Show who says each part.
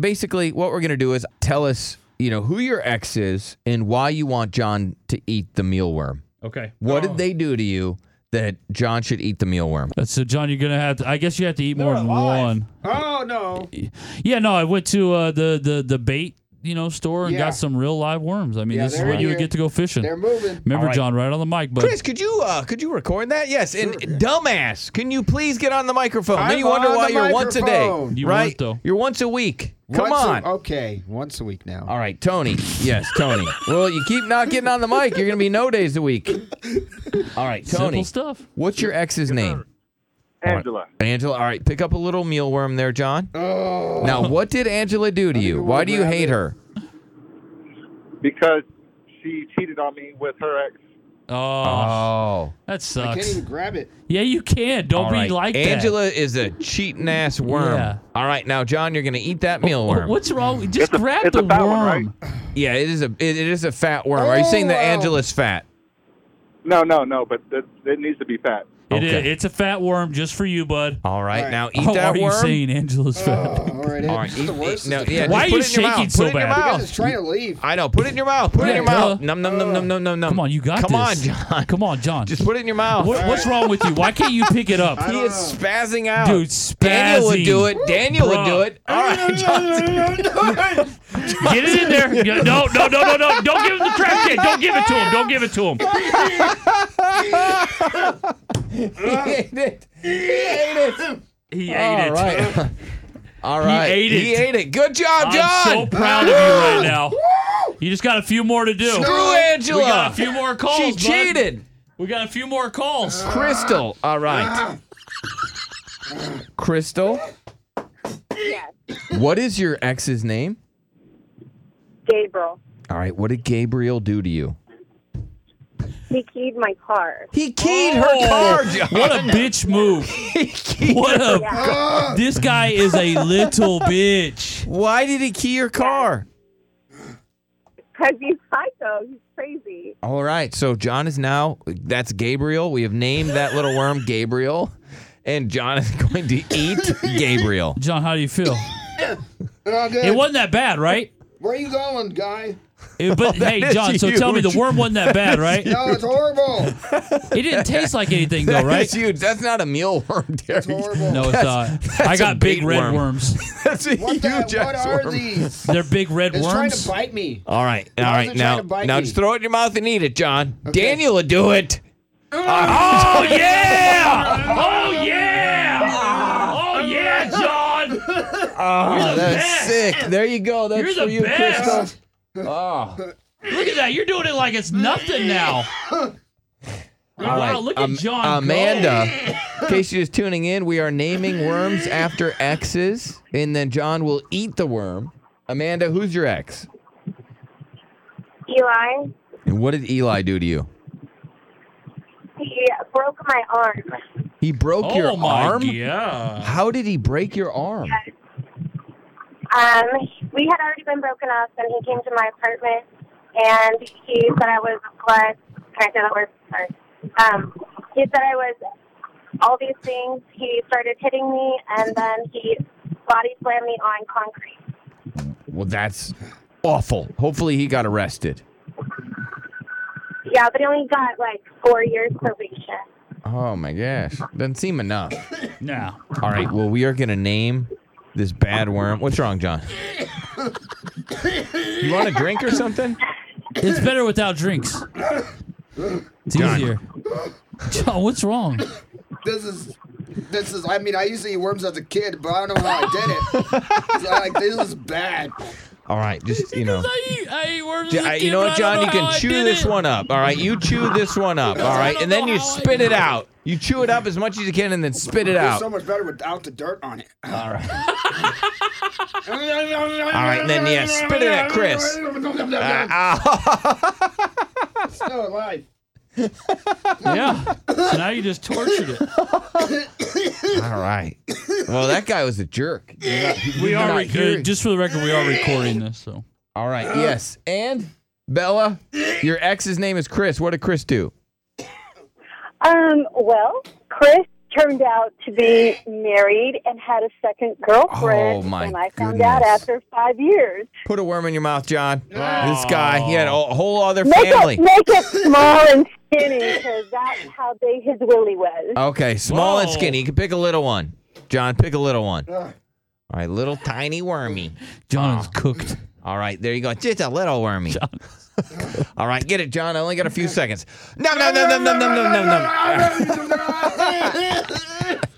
Speaker 1: basically, what we're gonna do is tell us, you know, who your ex is and why you want John to eat the mealworm.
Speaker 2: Okay.
Speaker 1: What
Speaker 2: Oh.
Speaker 1: did they do to you that John should eat the mealworm?
Speaker 3: Uh, So John, you're gonna have to. I guess you have to eat more than one.
Speaker 2: Oh no.
Speaker 3: Yeah, no, I went to uh, the the the bait you know store and
Speaker 4: Yeah.
Speaker 3: got some real live worms. I mean,
Speaker 4: Yeah,
Speaker 3: this is
Speaker 4: they're
Speaker 3: when you
Speaker 4: here.
Speaker 3: get to go fishing.
Speaker 4: They're moving.
Speaker 2: All
Speaker 3: Remember,
Speaker 2: right.
Speaker 3: John, right on the mic, but
Speaker 1: Chris, could you uh, could you record that? Yes, and dumbass, can you please get on the microphone?
Speaker 4: I'm
Speaker 1: then you wonder
Speaker 4: on
Speaker 1: why
Speaker 4: the
Speaker 1: you're once a day,
Speaker 4: microphone.
Speaker 3: You
Speaker 1: right?
Speaker 3: weren't, though.
Speaker 1: You're once a week. Come
Speaker 4: Once a- Oh.
Speaker 1: on.
Speaker 4: okay, once a week now.
Speaker 1: All right, Tony. Yes, Tony. well, you keep not getting on the mic. You're gonna be no days a week. All right,
Speaker 3: simple
Speaker 1: Tony.
Speaker 3: stuff.
Speaker 1: What's your ex's name?
Speaker 5: Angela.
Speaker 1: Angela. All right, pick up a little mealworm there, John.
Speaker 4: Oh,
Speaker 1: Now, what did Angela do to you?
Speaker 4: you
Speaker 1: Why
Speaker 4: wanna
Speaker 1: do you
Speaker 4: grab
Speaker 1: hate
Speaker 4: it.
Speaker 1: her?
Speaker 5: Because she cheated on me with her ex.
Speaker 3: Oh,
Speaker 1: Oh,
Speaker 3: that
Speaker 4: I can't
Speaker 3: sucks.
Speaker 4: even grab it.
Speaker 3: Yeah, you can. Don't
Speaker 1: All
Speaker 3: be
Speaker 1: right.
Speaker 3: like
Speaker 1: Angela is a cheating ass worm.
Speaker 3: Yeah.
Speaker 1: All right, now John, you're gonna eat that
Speaker 3: that.
Speaker 1: mealworm.
Speaker 3: What's wrong? Just
Speaker 5: a-
Speaker 3: grab
Speaker 5: it's
Speaker 3: the
Speaker 5: a fat
Speaker 3: worm.
Speaker 5: one, right?
Speaker 1: Yeah, it is a it, it is a fat worm. Are you saying that
Speaker 4: Oh, wow.
Speaker 1: Angela's fat?
Speaker 5: No, no, no, but it, it needs to be fat.
Speaker 3: It is-
Speaker 1: Okay.
Speaker 3: It's a fat worm just for you, bud.
Speaker 1: All right,
Speaker 4: All right.
Speaker 1: now eat
Speaker 3: oh,
Speaker 1: that
Speaker 3: are
Speaker 1: worm.
Speaker 3: you saying Angela's fat?
Speaker 4: Uh, All right,
Speaker 1: All right,
Speaker 4: this is
Speaker 1: eat-
Speaker 4: the worst.
Speaker 1: eat- no,
Speaker 4: is the-
Speaker 1: yeah, just
Speaker 3: Why
Speaker 1: put
Speaker 3: are
Speaker 1: it
Speaker 3: you
Speaker 1: in your mouth.
Speaker 3: shaking so
Speaker 1: put it in
Speaker 3: bad?
Speaker 1: your
Speaker 4: Because
Speaker 1: mouth.
Speaker 4: it's trying to leave.
Speaker 1: I know. Put it in your mouth. Put it in your
Speaker 3: Yeah,
Speaker 1: mouth.
Speaker 3: duh.
Speaker 1: Num num num num num num num.
Speaker 3: Come on, you got
Speaker 1: Come
Speaker 3: this.
Speaker 1: on, John.
Speaker 3: Come on, John.
Speaker 1: Just put it in your mouth.
Speaker 3: What, what's wrong with you? Why can't you pick it up?
Speaker 1: He is spazzing out.
Speaker 3: Dude,
Speaker 1: Daniel would do
Speaker 3: spazzing.
Speaker 1: it. Daniel would do
Speaker 3: Bruh.
Speaker 1: it. All right, John.
Speaker 3: Get it in there. Yeah, No, no, no, no, no. Don't give him the trash can. Don't give it to him. Don't give it to him.
Speaker 1: He ate it. He ate it.
Speaker 3: He
Speaker 1: All
Speaker 3: ate it.
Speaker 1: right. All right.
Speaker 3: ate
Speaker 1: He
Speaker 3: it.
Speaker 1: ate it. Good job,
Speaker 3: I'm
Speaker 1: John.
Speaker 3: so proud of you right now. You just got a few more to do.
Speaker 1: Screw Angela.
Speaker 3: We got a few more calls.
Speaker 1: she
Speaker 3: bud.
Speaker 1: cheated.
Speaker 3: We got a few more calls.
Speaker 1: Crystal. All right. Crystal,
Speaker 6: Yes.
Speaker 1: what is your ex's name?
Speaker 6: Gabriel.
Speaker 1: All right, what did Gabriel do to you?
Speaker 6: He keyed my car.
Speaker 1: He keyed
Speaker 3: Oh.
Speaker 1: her car, John.
Speaker 3: What a bitch move. What a. This guy is a little bitch.
Speaker 1: Why did he key your car?
Speaker 6: Because he's psycho. He's crazy.
Speaker 1: All right, so John is now, that's Gabriel. We have named that little worm Gabriel, and John is going to eat Gabriel.
Speaker 3: John, how do you feel?
Speaker 4: Oh, good.
Speaker 3: It wasn't that bad, right?
Speaker 4: Where are you going, guy?
Speaker 3: It- but hey,
Speaker 1: is
Speaker 3: John, so tell me the
Speaker 1: huge.
Speaker 3: worm wasn't that bad, right?
Speaker 4: No, it's horrible.
Speaker 3: It didn't taste like anything, though,
Speaker 1: That
Speaker 3: right?
Speaker 1: is huge. That's not a mealworm,
Speaker 4: It's
Speaker 1: Derek.
Speaker 4: horrible.
Speaker 3: No, it's not. I
Speaker 1: a
Speaker 3: got big
Speaker 1: bait
Speaker 3: red
Speaker 1: worm.
Speaker 3: worms.
Speaker 1: That's a
Speaker 4: What,
Speaker 1: huge
Speaker 4: the, what
Speaker 1: ass
Speaker 4: are
Speaker 1: worm.
Speaker 4: these?
Speaker 3: They're big red
Speaker 4: It's trying
Speaker 3: worms.
Speaker 4: to bite me.
Speaker 1: All right, all
Speaker 4: Why is
Speaker 1: right.
Speaker 4: it trying
Speaker 1: Now,
Speaker 4: to bite
Speaker 1: now
Speaker 4: me?
Speaker 1: just throw it in your mouth and eat it, John.
Speaker 4: Okay.
Speaker 1: Daniel will do it.
Speaker 3: Oh yeah! Oh yeah! Oh yeah, John!
Speaker 1: Oh,
Speaker 3: best.
Speaker 1: Ah. that's sick. There you go. That's
Speaker 3: You're
Speaker 1: for
Speaker 3: the
Speaker 1: you,
Speaker 3: best.
Speaker 1: Christoph. Oh.
Speaker 3: Look at that! You're doing it like it's nothing now.
Speaker 1: All
Speaker 3: wow!
Speaker 1: right,
Speaker 3: Look at
Speaker 1: Am-
Speaker 3: John. go.
Speaker 1: Amanda, in case you're just tuning in, we are naming worms after exes, and then John will eat the worm. Amanda, who's your ex?
Speaker 6: Eli,
Speaker 1: And what did Eli do to you?
Speaker 6: he broke my arm.
Speaker 1: He broke your
Speaker 3: Oh my
Speaker 1: arm?
Speaker 3: god!
Speaker 1: How did he break your arm?
Speaker 6: Um, we had already been broken up, and he came to my apartment, and he said I was a slut. Can I say that word? Sorry. Um, he said I was all these things. He started hitting me, and then he body slammed me on concrete.
Speaker 1: Well, that's awful. Hopefully, he got arrested.
Speaker 6: Yeah, but he only got like four years probation.
Speaker 1: Oh my gosh. Doesn't seem enough.
Speaker 3: Now,
Speaker 1: All right. Well, we are going to name this bad worm. What's wrong, John? You want a drink or something?
Speaker 3: it's better without drinks. It's
Speaker 1: John.
Speaker 3: easier. John, what's wrong?
Speaker 4: This is. This is. I mean, I used to eat worms as a kid, but I don't know why I did it. So, like, this is bad.
Speaker 1: All right. Just, you know.
Speaker 3: I eat, I eat worms.
Speaker 1: J- I- you know what, John? You can chew this one up. All right. You chew this one up. All right.
Speaker 3: don't
Speaker 1: And then
Speaker 3: know
Speaker 1: you
Speaker 3: how I
Speaker 1: spit
Speaker 3: did
Speaker 1: it
Speaker 3: it.
Speaker 1: out. You chew it up as much as you can and then spit it
Speaker 4: It's
Speaker 1: out.
Speaker 4: so much better without the dirt on it. All right. All
Speaker 1: right,
Speaker 4: right,
Speaker 1: and then, yeah, spit it at Chris. Ah, ah.
Speaker 4: Still alive.
Speaker 3: Yeah. So now you just tortured it.
Speaker 1: All right. Well, that guy was a jerk. You're not-
Speaker 3: We
Speaker 1: you're
Speaker 3: are
Speaker 1: not
Speaker 3: re-
Speaker 1: hearing-
Speaker 3: just for the record, we are recording this. So
Speaker 1: All right. Yes. And Bella, your ex's name is Chris. What did Chris do?
Speaker 6: Um, well, Chris turned out to be married and had a second girlfriend.
Speaker 1: Oh, my
Speaker 6: And I found out
Speaker 1: goodness.
Speaker 6: after five years.
Speaker 1: Put a worm in your mouth, John. This guy, he had a whole other
Speaker 6: Make
Speaker 1: family.
Speaker 6: it, make it small and skinny because that's how big his willy was.
Speaker 1: Okay, small and
Speaker 3: Whoa.
Speaker 1: skinny. You can pick a little one. John, pick a little one. All
Speaker 7: Ugh.
Speaker 1: right, little tiny wormy.
Speaker 3: John is cooked.
Speaker 1: All right, there you go. Just a little wormy. All right, get it, John. I only got a few seconds. No, no, no, no, no, no, no, no, no.